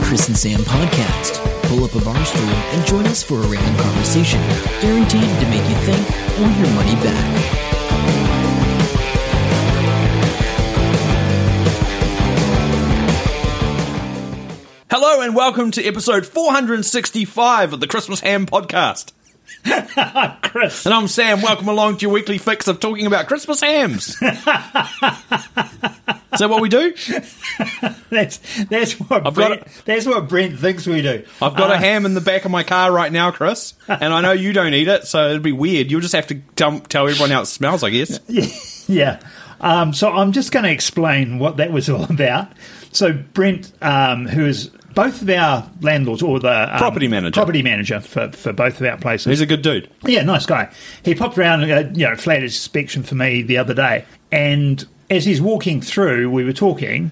Chris and Sam podcast. Pull up a bar stool and join us for a random conversation, guaranteed to make you think or your money back. Hello and welcome to episode 465 of the Christmas Ham Podcast. Chris. And I'm Sam. Welcome along to your weekly fix of talking about Christmas hams. Is that what we do? That's that's what I've got Brent, a- that's what Brent thinks we do. Uh, I've got a ham in the back of my car right now, Chris, and I know you don't eat it, so it'd be weird. You'll just have to tell, tell everyone how it smells, I guess. Yeah. Um, so I'm just going to explain what that was all about. So Brent, um, who is both of our landlords or the um, Property manager. property manager for, for both of our places, He's a good dude. Yeah, nice guy. He popped around, uh, you know, flat inspection for me the other day. And as he's walking through, we were talking,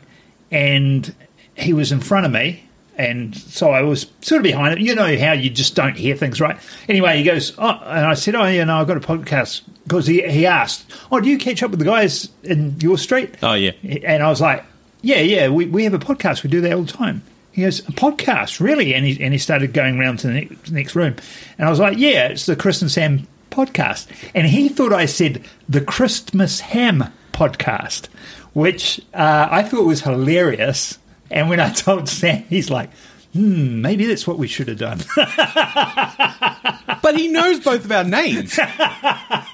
and he was in front of me. And so I was sort of behind him. You know how you just don't hear things, right? Anyway, he goes, Oh, and I said, Oh, you know, I've got a podcast. Because he, he asked, Oh, do you catch up with the guys in your street? Oh, yeah. And I was like, yeah, yeah, we, we have a podcast. We do that all the time. He goes, a podcast, really? And he, and he started going round to the ne- next room. And I was like, yeah, it's the Chris and Sam podcast. And he thought I said the Christmas Ham podcast, which uh, I thought was hilarious. And when I told Sam, he's like, hmm, maybe that's what we should have done. But he knows both of our names.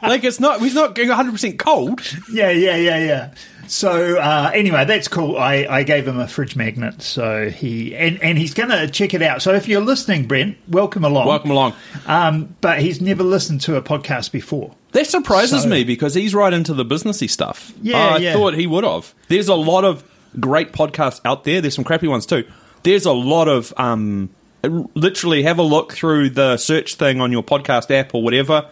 Like, it's not, he's not getting 100% cold. yeah, yeah, yeah, yeah. So uh, anyway, that's cool. I, I gave him a fridge magnet, so he and, and he's going to check it out. So if you're listening, Brent, welcome along. Welcome along. Um, but he's never listened to a podcast before. That surprises me because he's right into the businessy stuff. Yeah, I yeah. thought he would have. There's a lot of great podcasts out there. There's some crappy ones too. There's a lot of um, literally have a look through the search thing on your podcast app or whatever.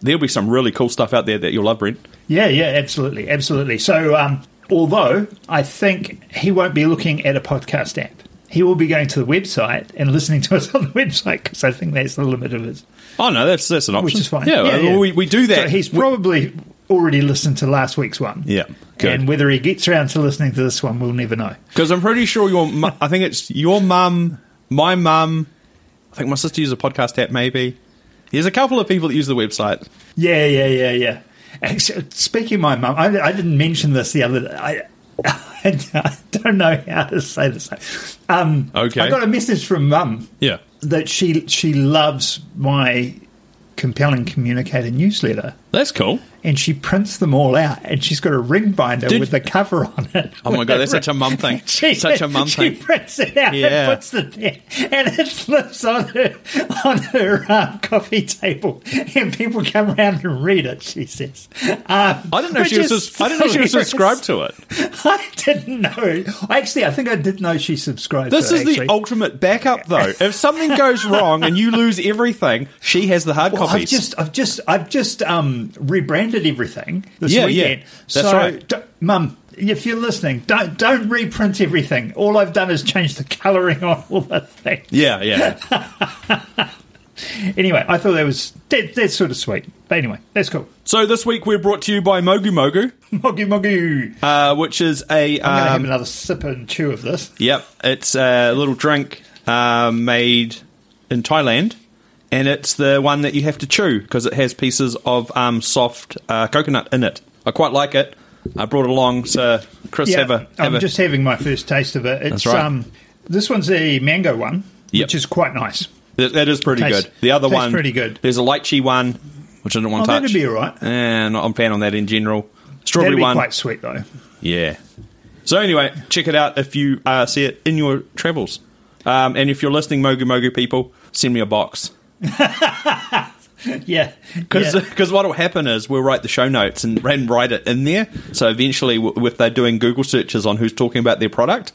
There'll be some really cool stuff out there that you'll love, Brent. Yeah, yeah, absolutely, absolutely. So um, although I think he won't be looking at a podcast app, he will be going to the website and listening to us on the website because I think that's the limit of his. Oh no, that's that's an option. which is fine. Yeah, We, we do that. So he's We- probably already listened to last week's one. Yeah, good. And whether he gets around to listening to this one, we'll never know. Because I'm pretty sure your, mu- I think it's your mum, my mum. I think my sister uses a podcast app. Maybe there's a couple of people that use the website. Yeah, yeah, yeah, yeah. Actually, speaking of my mum, I, I didn't mention this the other day. I, I don't know how to say this. Um, Okay. I got a message from mum Yeah. that she she loves my compelling communicator newsletter, That's cool. and she prints them all out, and she's got a ring binder Did- with the cover on it. Oh my god, that's such a mum thing. She, such a mum she thing. prints it out Yeah. and puts it there, and it lives on her on her um, coffee table, and people come around and read it. She says, um, I didn't know which she was. is sus- I didn't know she was hilarious. subscribed to it. I didn't know. Actually, I think I did know she subscribed. This to is it, the actually. ultimate backup, though. If something goes wrong and you lose everything, she has the hard Well, I've copies. just, I've just, I've just um, rebranded everything this Yeah, yeah. weekend. That's so, right. d- Mum, if you're listening, don't don't reprint everything. All I've done is change the colouring on all the things. yeah, yeah. Anyway, I thought that was that, that's sort of sweet. But anyway, that's cool. So this week we're brought to you by Mogu Mogu, Mogu mogu. uh, which is a I'm gonna have um, another sip and chew of this. Yep, it's a little drink uh, made in Thailand, and it's the one that you have to chew because it has pieces of um, soft uh, coconut in it. I quite like it. I brought it along, so Chris, have a have I'm a- just having my first taste of it. It's That's right. um, this one's the mango one, Yep. which is quite nice. That, that is pretty Tastes- good. The other tastes one, pretty good. There's a lychee one, which I didn't want Oh, to touch. that'd be all right. Eh, not, I'm fan on that in general. Strawberry That'd be one, quite sweet though. yeah. So anyway, check it out if you uh, see it in your travels, um, and if you're listening, Mogu Mogu people, send me a box. Yeah, Because yeah. what will happen is we'll write the show notes and, and write it in there. So eventually, w- if they're doing Google searches on who's talking about their product,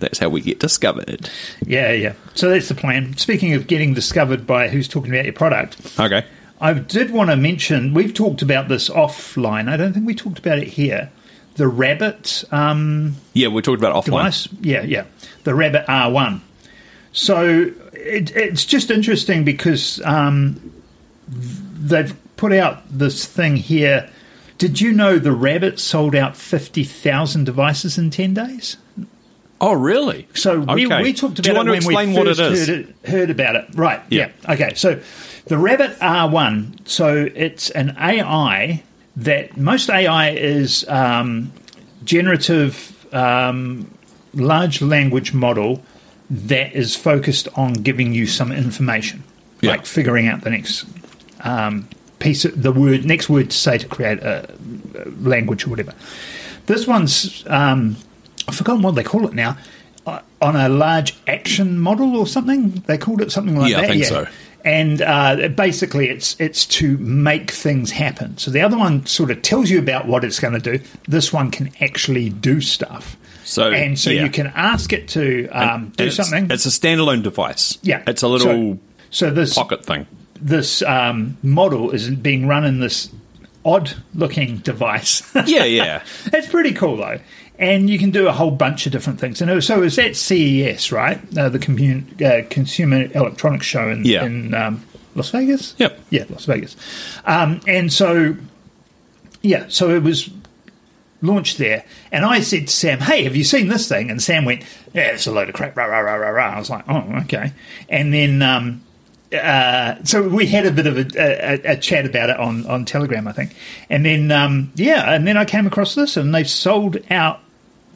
that's how we get discovered. Yeah, yeah. So that's the plan. Speaking of getting discovered by who's talking about your product, Okay. I did want to mention we've talked about this offline. I don't think we talked about it here. The rabbit um, Yeah, we talked about it offline. device. Yeah, yeah. The rabbit R1. So it, it's just interesting because um, they've put out this thing here. Did you know the rabbit sold out 50,000 devices in 10 days? Oh, really? So we, Okay. we talked about Do you want it to explain when we what first it is? Heard, it, heard about it. Right. Yeah. Yeah. Okay. So the Rabbit R1. So it's an AI that most AI is um, generative um, large language model that is focused on giving you some information, Yeah. like figuring out the next um, piece, of the word next word to say to create a a language or whatever. This one's um, I've forgotten what they call it now. uh, On a large action model or something, they called it something like Yeah, I that. think so. And uh, basically, it's it's to make things happen. So the other one sort of tells you about what it's going to do. This one can actually do stuff. So, and so yeah. you can ask it to um, do it's, something. It's a standalone device. yeah, It's a little so, so this pocket thing. this um, model is being run in this odd looking device. Yeah, yeah. It's pretty cool though, and you can do a whole bunch of different things. And it was- so it was at CES, right? Uh, the commun- uh, Consumer Electronics Show in, Yeah. in um, Las Vegas. Yep. Yeah, Las Vegas. Um, and so, yeah, so it was launched there, and I said to Sam, "Hey, have you seen this thing?" And Sam went, "Yeah, it's a load of crap." Rah rah rah rah rah. I was like, "Oh, okay." And then. Um, uh, so we had a bit of a, a, a chat about it on, on Telegram, I think, and then um, yeah, and then I came across this, and they've sold out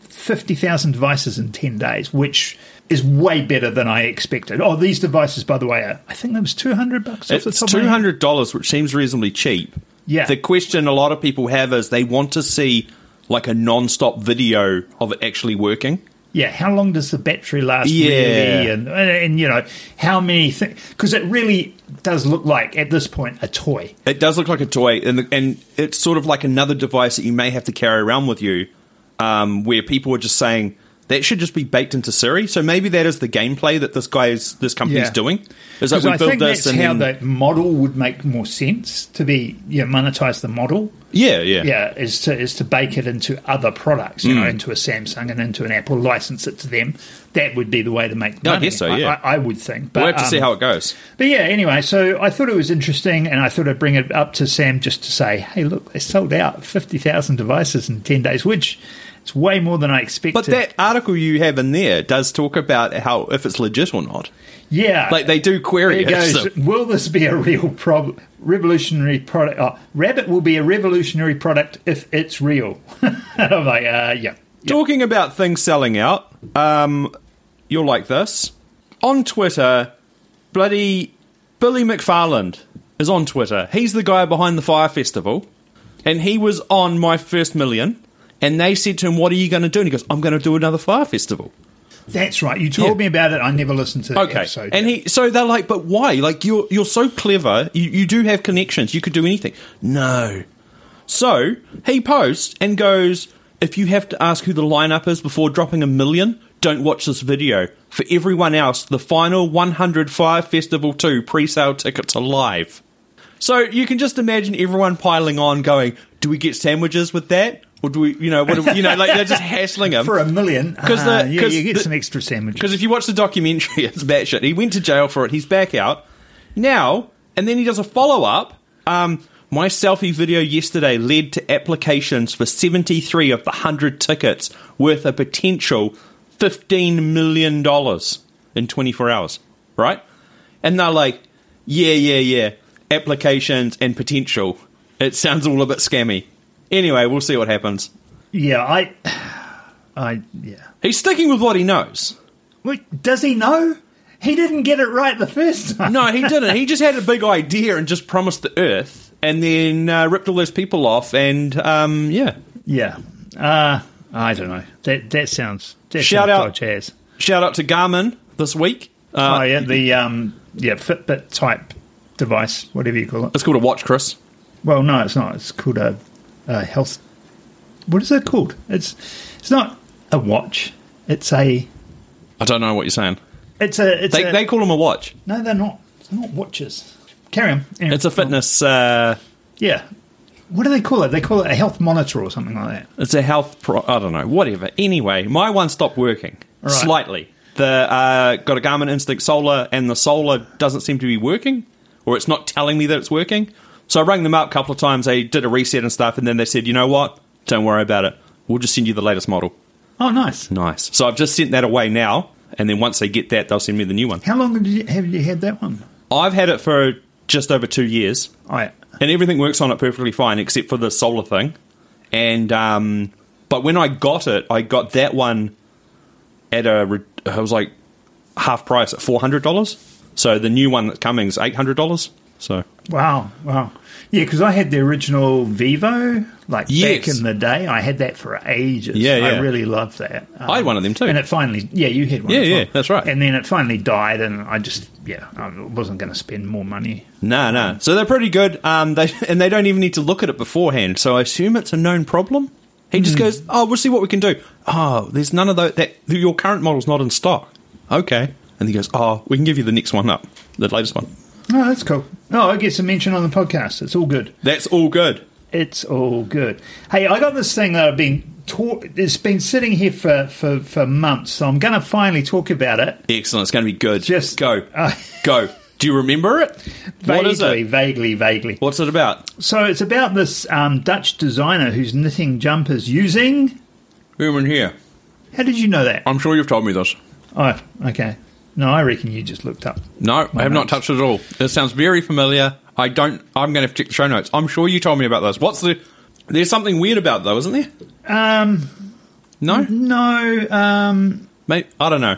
fifty thousand devices in ten days, which is way better than I expected. Oh, these devices, by the way, are, I think that was two hundred bucks. off the It's top of my head. two hundred dollars, which seems reasonably cheap. Yeah. The question a lot of people have is they want to see like a non-stop video of it actually working. yeah, how long does the battery last? Yeah. really? and, and you know how many things because it really does look like at this point a toy. It does look like a toy, and the, and it's sort of like another device that you may have to carry around with you, um, where people are just saying that should just be baked into Siri. So maybe that is the gameplay that this guy is, this company's Yeah. doing. Is that Because we I build think this that's and how then, that model would make more sense to be you know, monetize the model. yeah, yeah, Yeah, is to is to bake it into other products, you know, Mm. into a Samsung and into an Apple, license it to them. That would be the way to make No, I money. guess so, yeah. I, I would think. But, We'll have to see um, how it goes. But yeah, anyway, so I thought it was interesting, and I thought I'd bring it up to Sam just to say, hey, look, they sold out 50,000 devices in 10 days, which is way more than I expected. But that article you have in there does talk about how if it's legit or not. yeah. Like they do query there it. goes, so- will this be a real problem? Revolutionary product. Oh, Rabbit will be a revolutionary product if it's real. I'm like, uh, yeah. Talking about things selling out, um, you'll like this. On Twitter, bloody Billy McFarland is on Twitter. He's the guy behind the Fire Festival, and he was on My First Million. And they said to him, "What are you going to do?" And he goes, "I'm going to do another Fire Festival." That's right. You told Yeah. me about it. I never listened to the Okay, episode. and he so they're like, "But why? Like you're you're so clever. You, you do have connections. You could do anything." No. So he posts and goes, "If you have to ask who the lineup is before dropping a million, don't watch this video. For everyone else, the final 100 Fire Festival 2 pre-sale tickets are live." So you can just imagine everyone piling on, going, "Do we get sandwiches with that?" Or do we, you know, what do we, you know, like they're just hassling him For a million, 'Cause the- ah, yeah, 'cause you get the- some extra sandwiches. because if you watch the documentary, it's batshit. He went to jail for it. He's back out now, and then he does a follow up. Um, my selfie video yesterday led to applications for 73 of the 100 tickets worth a potential $15 million in 24 hours, right? And they're like, yeah, yeah, yeah, applications and potential. It sounds all a bit scammy. Anyway, we'll see what happens. Yeah, I, I, yeah. He's sticking with what he knows. Wait, does he know? He didn't get it right the first time. No, he didn't. He just had a big idea and just promised the Earth, and then uh, ripped all those people off. And um, yeah, Yeah. Uh, I don't know. That that sounds. That Shout sounds out- dodge as. shout out to Garmin this week. Uh, oh yeah, the um, yeah Fitbit type device, whatever you call it. It's called a watch, Chris. Well, no, it's not. It's called a, a health. What is it called? It's it's not a watch. It's a I don't know what you're saying. it's a it's They, a, they call them a watch. no, they're not. They're not watches. Carry on. Anyway. It's a fitness. Uh, Yeah. What do they call it? They call it a health monitor or something like that. it's a health. Pro- I don't know. Whatever. Anyway, my one stopped working Right. slightly. The uh, got a Garmin Instinct Solar, and the solar doesn't seem to be working, or it's not telling me that it's working. So I rang them up a couple of times. They did a reset and stuff, and then they said, "You know what? Don't worry about it. We'll just send you the latest model." Oh, nice. Nice. So I've just sent that away now, and then once they get that, they'll send me the new one. How long did you, have you had that one? I've had it for just over two years, Oh, yeah. and everything works on it perfectly fine except for the solar thing. And um, but when I got it, I got that one at a re- it was like half price at four hundred dollars. So the new one that's coming is eight hundred dollars. So Wow, wow. Yeah, because I had the original Vivo, like Yes. back in the day. I had that for ages. Yeah, yeah. I really loved that. Um, I had one of them too. And it finally, yeah, you had one. Yeah, as well. yeah, that's right. And then it finally died, and I just, yeah, I wasn't going to spend more money. No, no. So they're pretty good. Um, they and they don't even need to look at it beforehand. So I assume it's a known problem. He just goes, "Oh, we'll see what we can do." Oh, there's none of those. That your current model's not in stock. Okay, and he goes, "Oh, we can give you the next one up, the latest one." Oh, that's cool. Oh, it gets a mention on the podcast. It's all good. That's all good. It's all good. Hey, I got this thing that I've been taught. It's been sitting here for for, for months, so I'm going to finally talk about it. Excellent. It's going to be good. Just- go, uh, go. Do you remember it? What is Vaguely, it? vaguely, vaguely. What's it about? So it's about this um, Dutch designer who's knitting jumpers using. Human here. How did you know that? I'm sure you've told me this. Oh, okay. No, I reckon you just looked up. No, I have not notes. touched it at all. This sounds very familiar. I don't. I'm going to have to check the show notes. I'm sure you told me about those. What's the? There's something weird about it though, isn't there? Um, No, no. Um, mate. I don't know.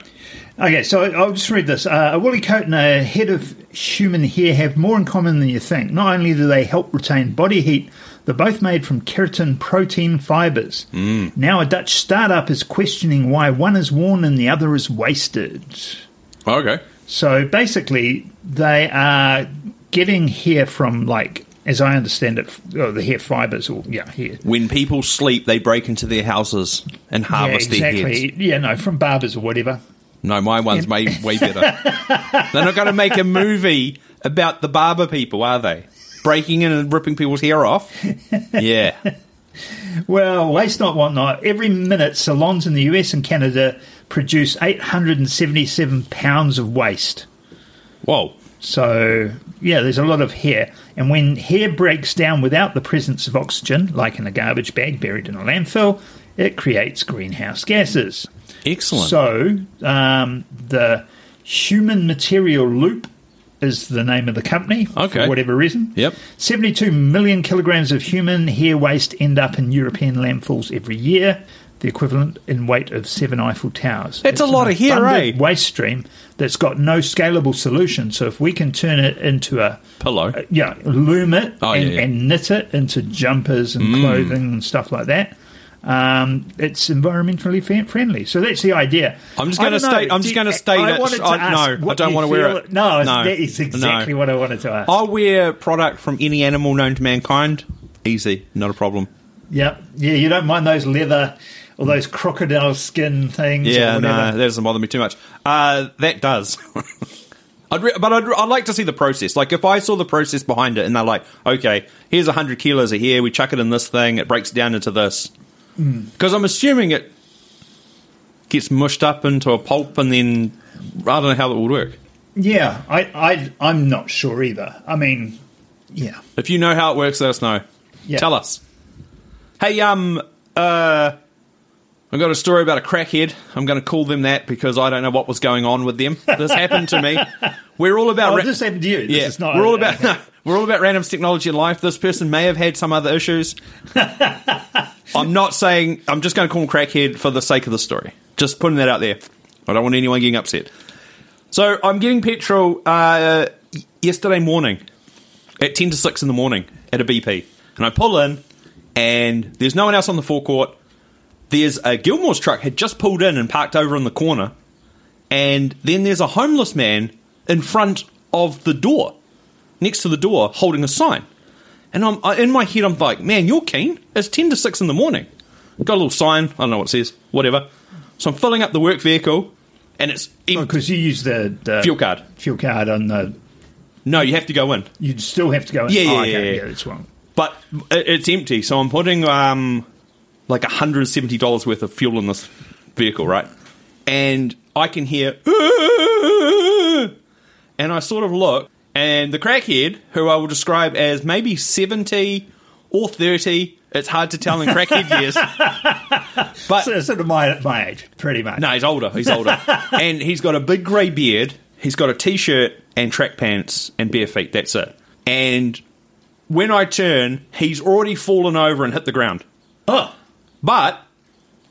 okay, so I'll just read this. Uh, a woolly coat and a head of human hair have more in common than you think. Not only do they help retain body heat, they're both made from keratin protein fibers. Mm. Now, a Dutch startup is questioning why one is worn and the other is wasted. Okay. So basically, they are getting hair from like, as I understand it, f- oh, the hair fibers or yeah, hair. When people sleep, they break into their houses and harvest yeah, their exactly. heads. Yeah, no, from barbers or whatever. No, my one's way way better. They're not going to make a movie about the barber people, are they? Breaking in and ripping people's hair off. Yeah. Well, waste not, want not. Every minute, salons in the US and Canada produce 877 pounds of waste. Whoa. So, yeah, there's a lot of hair. And when hair breaks down without the presence of oxygen, like in a garbage bag buried in a landfill, it creates greenhouse gases. Excellent. So um, the Human Material Loop is the name of the company Okay. for whatever reason. Yep. 72 million kilograms of human hair waste end up in European landfills every year, the equivalent in weight of seven Eiffel Towers. That's a lot an of hair, abundant eh? Waste stream that's got no scalable solution. So if we can turn it into a Pillow. uh, yeah, loom it Oh, and, yeah, Mm. yeah. and knit it into jumpers and clothing and stuff like that. Um, it's environmentally fan- friendly, so that's the idea. I'm just I gonna don't state- know. I'm just Do- gonna state I that- wanted to I- ask no, what I don't you wanna wear feel- it. No, No, that is no. Oh. exactly what I wanted to ask. I'll wear product from any animal known to mankind. Easy, not a problem. Yep. Yeah, you don't mind those leather or those crocodile skin things. Yeah, or no, whatever. that doesn't bother me too much. Uh, that does. I'd re- but I'd, I'd like to see the process. Like, if I saw the process behind it and they're like, okay, here's 100 kilos of hair, we chuck it in this thing, it breaks down into this. Because I'm assuming it gets mushed up into a pulp and then I don't know how that would work. Yeah, I, I, I'm not sure either. I mean, yeah. If you know how it works, let us know. Yeah. Tell us. Hey, um, uh, I got a story about a crackhead. I'm going to call them that because I don't know what was going on with them. This happened to me. We're all about. Oh, ra- this happened to you. This yeah, is not- we're all about. No, we're all about randoms technology in life. This person may have had some other issues. I'm not saying. I'm just going to call him crackhead for the sake of the story. Just putting that out there. I don't want anyone getting upset. So I'm getting petrol uh, y- yesterday morning at 10 to 6 in the morning at a BP. And I pull in, and there's no one else on the forecourt. There's a Gilmore's truck had just pulled in and parked over in the corner. And then there's a homeless man in front of the door, next to the door, holding a sign. And I'm I, in my head, I'm like, man, you're keen. It's 10 to 6 in the morning. Got a little sign. I don't know what it says, whatever. So I'm filling up the work vehicle, and it's empty. Because you use the, the Fuel card. fuel card on the No, you have to go in. You'd still have to go. Yeah, yeah, oh, okay, yeah, yeah. that's wrong. but it- it's empty. So I'm putting um, like hundred seventy dollars worth of fuel in this vehicle, right? And I can hear, and I sort of look, and the crackhead, who I will describe as maybe seventy or thirty, it's hard to tell in crackhead years. But So, sort of my my age, pretty much. no, he's older. He's older, and he's got a big grey beard. He's got a t-shirt and track pants and bare feet. That's it. And when I turn, he's already fallen over and hit the ground. Oh, But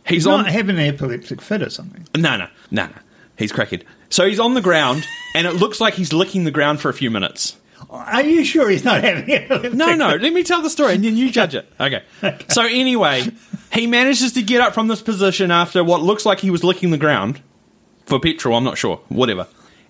he's not on. having an epileptic fit or something. No, no, no, no. He's cracking. So he's on the ground, and it looks like he's licking the ground for a few minutes. Are you sure he's not having an epileptic? No, no. Let me tell the story, and then you judge it. Okay. So anyway, he manages to get up from this position after what looks like he was licking the ground for petrol. I'm not sure. Whatever.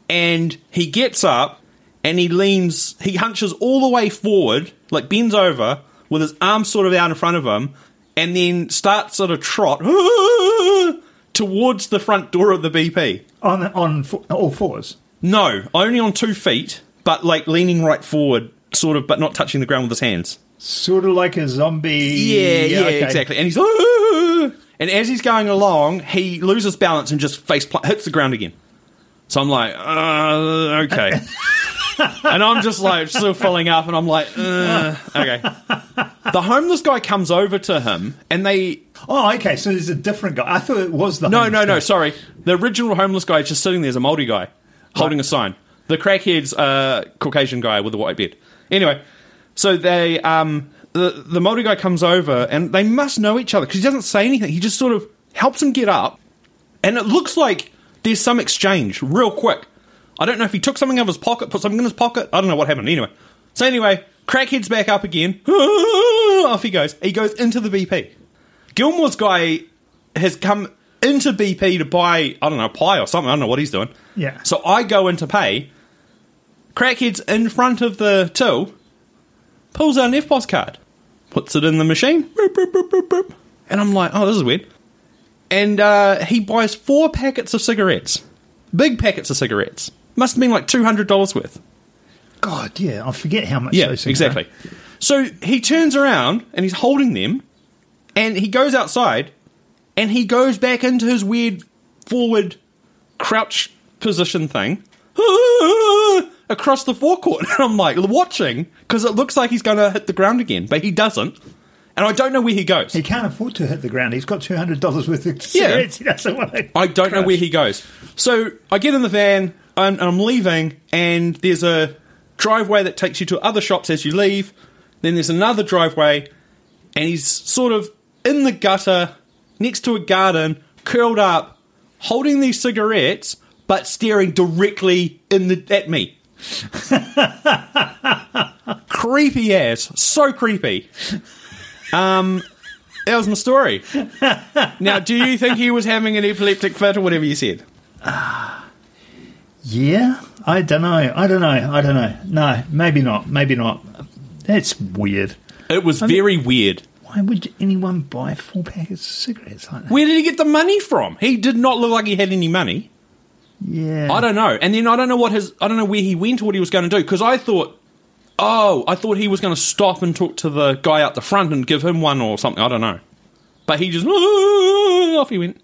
And he gets up and he leans. He hunches all the way forward, like bends over with his arms sort of out in front of him, and then starts at a trot towards the front door of the BP. on on fo- all fours. No, only on two feet, but like leaning right forward, sort of, but not touching the ground with his hands. Sort of like a zombie. Yeah, yeah, okay. exactly. And he's "Ooh." and as he's going along, he loses balance and just face pl- hits the ground again. So I'm like, uh, okay, and I'm just like still filling up, and I'm like, uh, okay. The homeless guy comes over to him, and they Oh, okay. So there's a different guy. I thought it was the no, homeless no, no. guy. Sorry, the original homeless guy is just sitting there as a Maori guy holding a sign. The crackhead's uh, Caucasian guy with the white beard. Anyway, so they um, the the Maori guy comes over and they must know each other because he doesn't say anything. He just sort of helps him get up, and it looks like there's some exchange real quick. I don't know if he took something out of his pocket, put something in his pocket. I don't know what happened. Anyway, so anyway, crackhead's back up again. Off he goes. He goes into the BP. Gilmore's guy has come into BP to buy, I don't know, pie or something. I don't know what he's doing. Yeah. So I go in to pay. Crackhead's in front of the till, pulls out an FPOS card, puts it in the machine. Boop, boop, boop, boop, boop. And I'm like, oh, this is weird. And uh, he buys four packets of cigarettes. Big packets of cigarettes. Must have been like $200 worth. God, yeah. I forget how much. Yeah, those things exactly. are. So he turns around and he's holding them, and he goes outside, and he goes back into his weird forward crouch position thing across the forecourt. And I'm like watching because it looks like he's going to hit the ground again, but he doesn't, and I don't know where he goes. He can't afford to hit the ground. He's got two hundred dollars worth of cigarettes. He doesn't want to. I don't know where he goes. So I get in the van and and I'm leaving, and there's a driveway that takes you to other shops as you leave. Then there's another driveway, and he's sort of in the gutter next to a garden, curled up, holding these cigarettes, but staring directly in the at me. creepy ass, so creepy. Um, That was my story. now, do you think he was having an epileptic fit or whatever you said? Yeah, I don't know. I don't know. I don't know. No, maybe not. Maybe not. That's weird. It was very weird. Why would anyone buy four packets of cigarettes like that? Where did he get the money from? He did not look like he had any money. Yeah, I don't know. And then I don't know what his I don't know where he went or what he was going to do because I thought oh, I thought he was going to stop and talk to the guy out the front and give him one or something. I don't know. But he just off he went.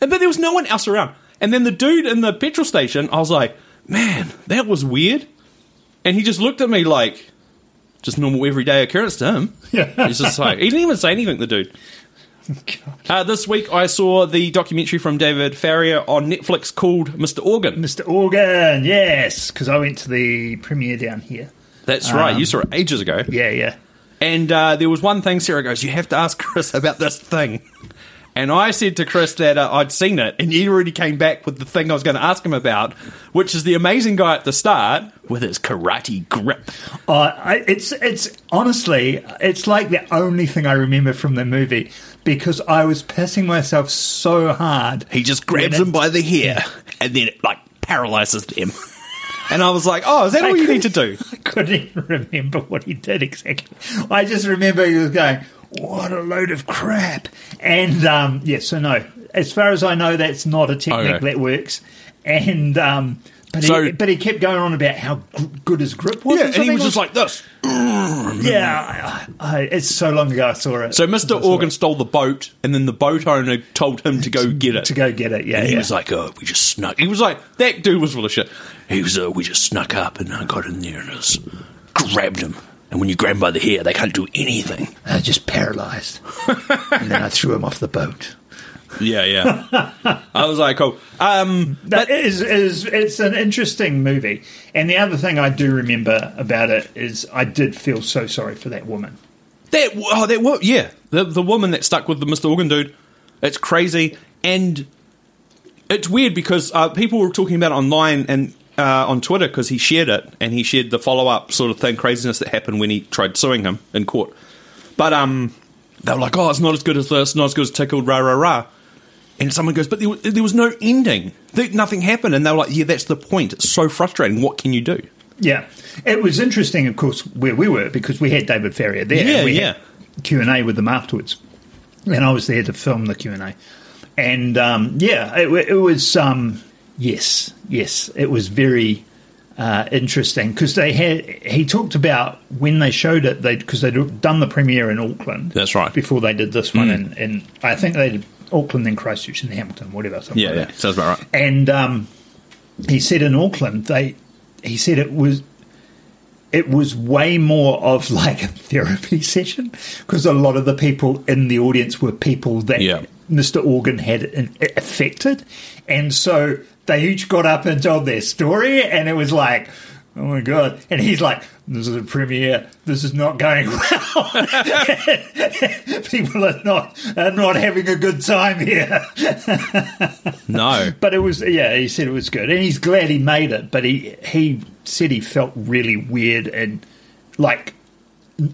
And but there was no one else around. And then the dude in the petrol station, I was like, "Man, that was weird." And he just looked at me like just normal everyday occurrence to him. Yeah. He's just like he didn't even say anything the dude. Uh, this week, I saw the documentary from David Farrier on Netflix called Mr. Organ. Mr. Organ. Yes, because I went to the premiere down here. That's right, you saw it ages ago. Yeah, yeah. And uh, there was one thing Sarah goes, You have to ask Chris about this thing. And I said to Chris that uh, I'd seen it, and he already came back with the thing I was going to ask him about, which is the amazing guy at the start with his karate grip. Uh, I, it's it's honestly it's like the only thing I remember from the movie because I was pissing myself so hard. He just grabs When him by the hair and then it like paralyzes them. And I was like, Oh, is that all you need to do? I couldn't even remember what he did exactly. I just remember he was going, "What a load of crap!" And um, yeah, so no, as far as I know, that's not a technique Okay. that works. And um, but So- he, but he kept going on about how gr- good his grip was. or Yeah, and he something. was just like this. "Yeah, I, I, it's so long ago I saw it." So Mr. Organ stole the boat, and then the boat owner told him to go get it. to go get it, yeah, And he yeah. was like, uh, "Oh, we just snuck." He was like, "That dude was full of shit." He was, uh, "We just snuck up, and I got in there and I just grabbed him, And when you grab them by the hair, they can't do anything. I was just paralyzed. and then I threw him off the boat. Yeah, yeah. I was like, oh, um, That is, is it's an interesting movie. And the other thing I do remember about it is I did feel so sorry for that woman. that oh, that wo- yeah, the the woman that stuck with the Mr. Organ dude. It's crazy, and it's weird because uh, people were talking about it online and uh, on Twitter because he shared it and he shared the follow up sort of thing craziness that happened when he tried suing him in court. But um, they were like, "Oh, it's not as good as this, not as good as Tickled, rah rah rah." And someone goes, "But there, wa- there was no ending. There, nothing happened." And they were like, "Yeah, that's the point. It's so frustrating. What can you do?" Yeah, it was interesting, of course, where we were because we had David Ferrier there. Yeah, we yeah. Q and A with them afterwards, and I was there to film the Q and A. And um, yeah, it, wa- it was um, yes, yes, it was very uh, interesting because they had he talked about when they showed it they because they'd done the premiere in Auckland. That's right. Hmm. Before they did this one, and, and I think they did Auckland, then Christchurch, and Hamilton, whatever. something like that. sounds about right. And um, he said in Auckland, they he said it was it was way more of like a therapy session because a lot of the people in the audience were people that Yeah. Mr. Organ had in- affected, and so they each got up and told their story, and it was like. Oh my god! And he's like, "This is a premiere. This is not going well. People are not are not having a good time here." No, But it was yeah, he said it was good, and he's glad he made it. But he he said he felt really weird and like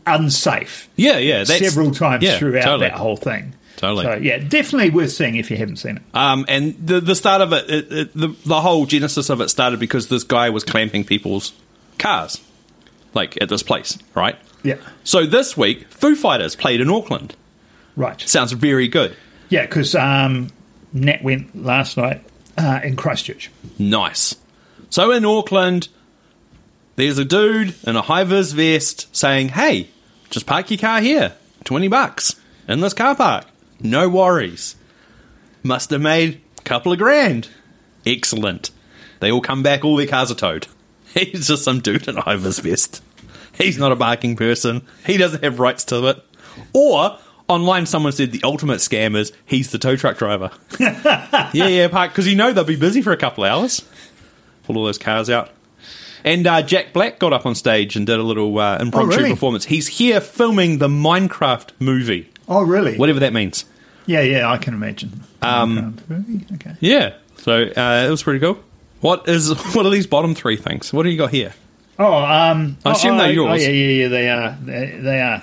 unsafe yeah, yeah. That's, several times yeah, throughout totally. that whole thing. Totally. So yeah, definitely worth seeing if you haven't seen it. Um, and the the start of it, it, it the, the whole genesis of it started because this guy was clamping people's cars, like at this place, right? Yeah. So this week, Foo Fighters played in Auckland. Right. Sounds very good. Yeah, because um, Nat went last night uh, in Christchurch. Nice. So in Auckland, there's a dude in a high vis vest saying, "Hey, just park your car here, twenty bucks in this car park. No worries." Must have made a couple of grand. Excellent. They all come back. All their cars are towed. He's just some dude in a high vis vest. He's not a parking person. He doesn't have rights to it. Or online, someone said the ultimate scam is he's the tow truck driver. yeah, yeah, park because you know they'll be busy for a couple of hours. Pull all those cars out. And uh, Jack Black got up on stage and did a little uh, impromptu really? performance. He's here filming the Minecraft movie, Oh really? whatever that means. Yeah, yeah, I can imagine. Um, okay. Yeah, so uh, it was pretty cool. What is what are these bottom three things? What do you got here? Oh, um, I assume oh, they're oh, yours. Oh, yeah, yeah, yeah, they are. They, they are.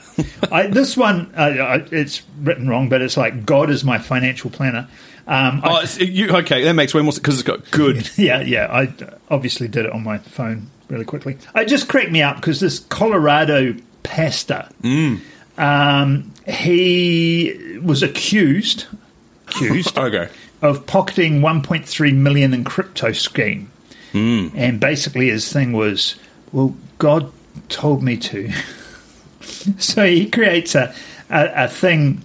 I, this one, uh, I- it's written wrong, but it's like God is my financial planner. Um, I- Oh, it's, you, okay, that makes way more sense because it's got good. yeah, yeah. I obviously did it on my phone really quickly. It just cracked me up because this Colorado pastor, Mm. um, he was accused, accused Okay. of pocketing 1.3 million in crypto scheme. And basically, his thing was, well, God told me to. so he creates a, a, a thing,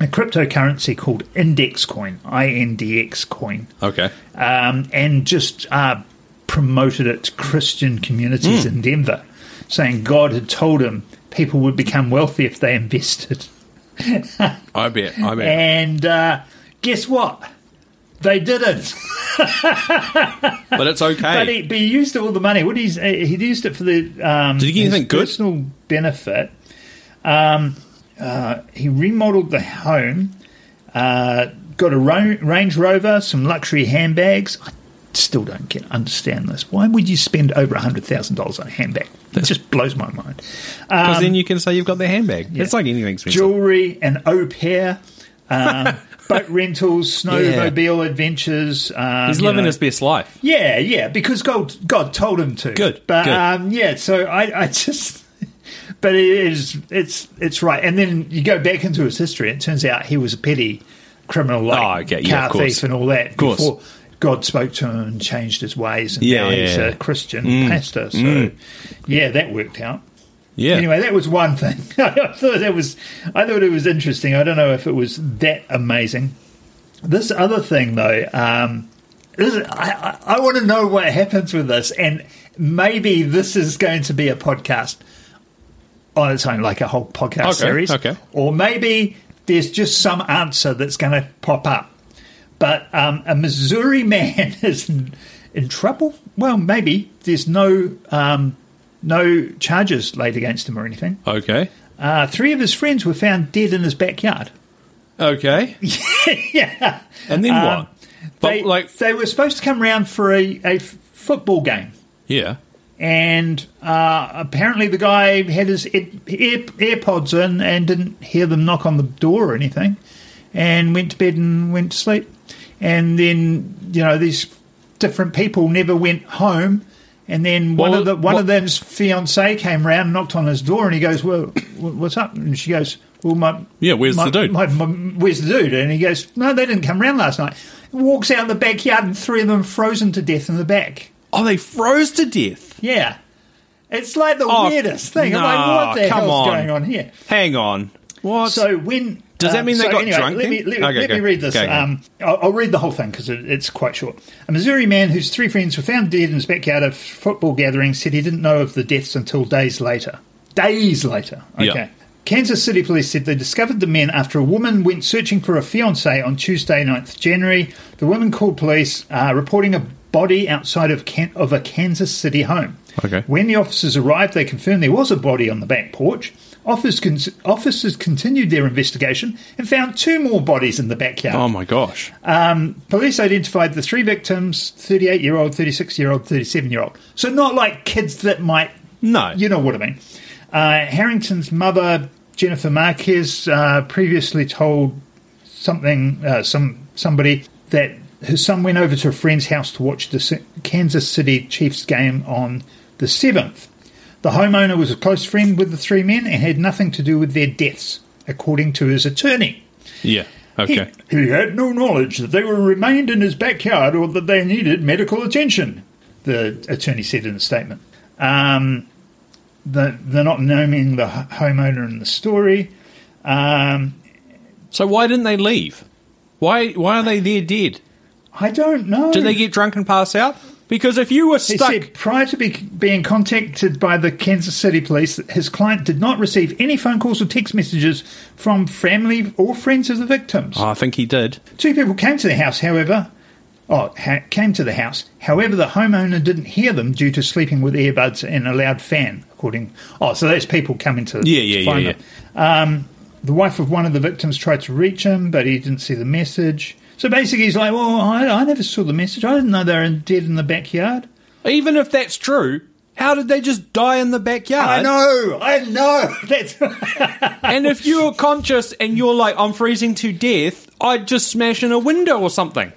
a cryptocurrency called Index Coin, INDX Coin Okay. um, and just uh, promoted it to Christian communities in Denver, saying God had told him people would become wealthy if they invested. I bet. I bet. And uh, guess what? They didn't. But it's okay. But he, but he used all the money. What he's he used it for the um, Did he get his anything good? personal benefit. Um, uh, he remodeled the home, uh, got a ro- Range Rover, some luxury handbags. I still don't get understand this. Why would you spend over hundred thousand dollars on a handbag? It just blows my mind. Because um, then you can say you've got the handbag. It's like anything expensive. Jewelry and au pair. Um, Boat rentals, snowmobile adventures. Um, He's you living know. his best life. Yeah, yeah, because God, God told him to. Good, but good. Um, yeah. So I, I just, but it is, it's, it's right. And then you go back into his history. It turns out he was a petty criminal, like Oh, okay, yeah, car of course. thief and all that. course. Before God spoke to him and changed his ways, and Yeah, now yeah, he's yeah. Mm. a Christian pastor. So yeah, that worked out. Yeah. Anyway, that was one thing. I thought that was, I thought it was interesting. I don't know if it was that amazing. This other thing, though, um, this is, I, I, I want to know what happens with this, and maybe this is going to be a podcast on its own, like a whole podcast Okay, series. okay. Or maybe there's just some answer that's going to pop up. But um, a Missouri man is in, in trouble. Well, maybe there's no um, no charges laid against him or anything. Okay. Uh, three of his friends were found dead in his backyard. Okay. yeah. And then Um, what? But They, like, they were supposed to come round for a, a f- football game. yeah. and uh, apparently the guy had his ear, ear, AirPods in and didn't hear them knock on the door or anything, and went to bed and went to sleep. And then you know these different people never went home. And then one Well, of the one what- of them's fiance came round, knocked on his door, and he goes, "Well, wh- what's up?" And she goes, "Well, my Yeah, where's my- the dude?" my- my- where's the dude?" And he goes, "No, they didn't come round last night." Walks out in the backyard, and three of them frozen to death in the back. Oh, they froze to death. Yeah. It's like the Oh, weirdest thing. I'm nah, like, what the come hell's on. going on here? Hang on. What? So when um, Does that mean they so got drunk Let me, then? let, Okay, let me okay. read this. Okay, okay. Um, I'll, I'll read the whole thing because it, it's quite short. A Missouri man whose three friends were found dead in his backyard of football gathering said he didn't know of the deaths until days later. Days later. Okay. Yeah. Kansas City police said they discovered the men after a woman went searching for a fiance on Tuesday, 9th January. The woman called police, uh, reporting a body outside of, Can- of a Kansas City home. Okay. When the officers arrived, they confirmed there was a body on the back porch. Officers, con- officers continued their investigation and found two more bodies in the backyard. oh my gosh. Police identified the three victims 38 year old, 36 year old, 37 year old. So, not like kids that might. No. You know what I mean. Uh, Harrington's mother, Jennifer Marquez, uh, previously told something, uh, some somebody that her son went over to a friend's house to watch the Si- Kansas City Chiefs game on the 7th. The homeowner was a close friend with the three men and had nothing to do with their deaths, according to his attorney. yeah. He, Okay. he had no knowledge that they were remained in his backyard or that they needed medical attention, the attorney said in a statement. Um, the, they're not naming the h- homeowner in the story. Um, so why didn't they leave? Why? Why are they there dead? I don't know. Did they get drunk and pass out? Because if you were He stuck, said prior to be, being contacted by the Kansas City police, that his client did not receive any phone calls or text messages from family or friends of the victims. Oh, I think he did. Two people came to the house, however. Oh, ha- came to the house. However, the homeowner didn't hear them due to sleeping with earbuds and a loud fan. According, oh, so that's people coming to Yeah, yeah, to yeah, find yeah. them. Um, the wife of one of the victims tried to reach him, but he didn't see the message. So basically, he's like, "Well, I, I never saw the message. I didn't know they were in- dead in the backyard." Even if that's true, how did they just die in the backyard? I know, I know. That's And if you're conscious and you're like, I'm freezing to death, I'd just smash in a window or something.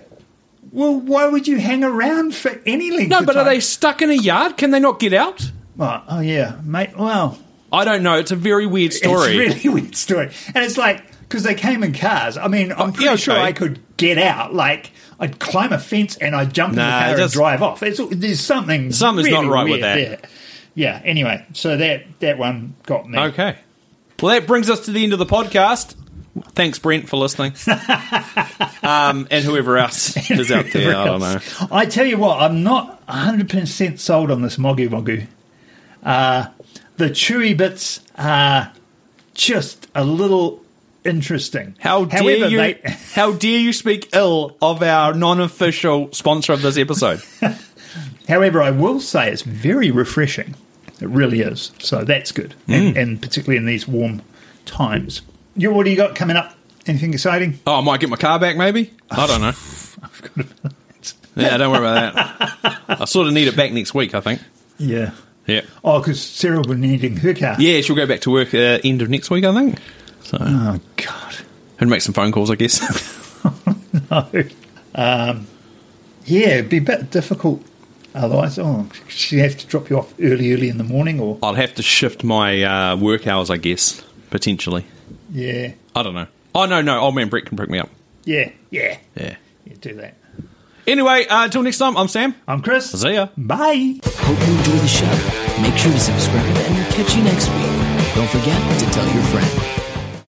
well. Why would you hang around for any length? No, of but are time? they stuck in a yard? Can they not get out? Oh, oh yeah, mate. Well, I don't know. It's a very weird story. It's a really weird story. And it's like, because they came in cars. I mean, I'm Oh, yeah, pretty sure okay. I could get out. Like, I'd climb a fence and I'd jump in Nah, the car just- and drive off. It's, there's something. Something's not really right with weird that. There. Yeah, anyway, so that, that one got me. okay. Well, that brings us to the end of the podcast. Thanks, Brent, for listening. um, and whoever else is out there. I don't know. I tell you what, I'm not 100% sold on this Mogu Mogu. Uh, the chewy bits are just a little interesting. How dare However, you? they- How dare you speak ill of our non-official sponsor of this episode? However, I will say it's very refreshing. It really is. So that's good, and, Mm. and particularly in these warm times. You, what do you got coming up? Anything exciting? Oh, I might get my car back, maybe. I don't know. yeah, don't worry about that. I sort of need it back next week, I think. Yeah. Yeah. Oh, because Sarah will be needing her car. Yeah, she'll go back to work uh, end of next week, I think. So, Oh God. and make some phone calls, I guess. um, yeah, it'd be a bit difficult otherwise. Oh, she'd have to drop you off early, early in the morning, or I'll have to shift my uh, work hours, I guess, potentially. yeah, I don't know. Oh, no, no. Old man Brett can pick me up. yeah, yeah, Yeah. yeah. Do that. Anyway, uh, until next time, I'm Sam. I'm Chris. See ya. Bye. Hope you enjoy the show. Make sure to subscribe and we'll catch you next week. Don't forget to tell your friend.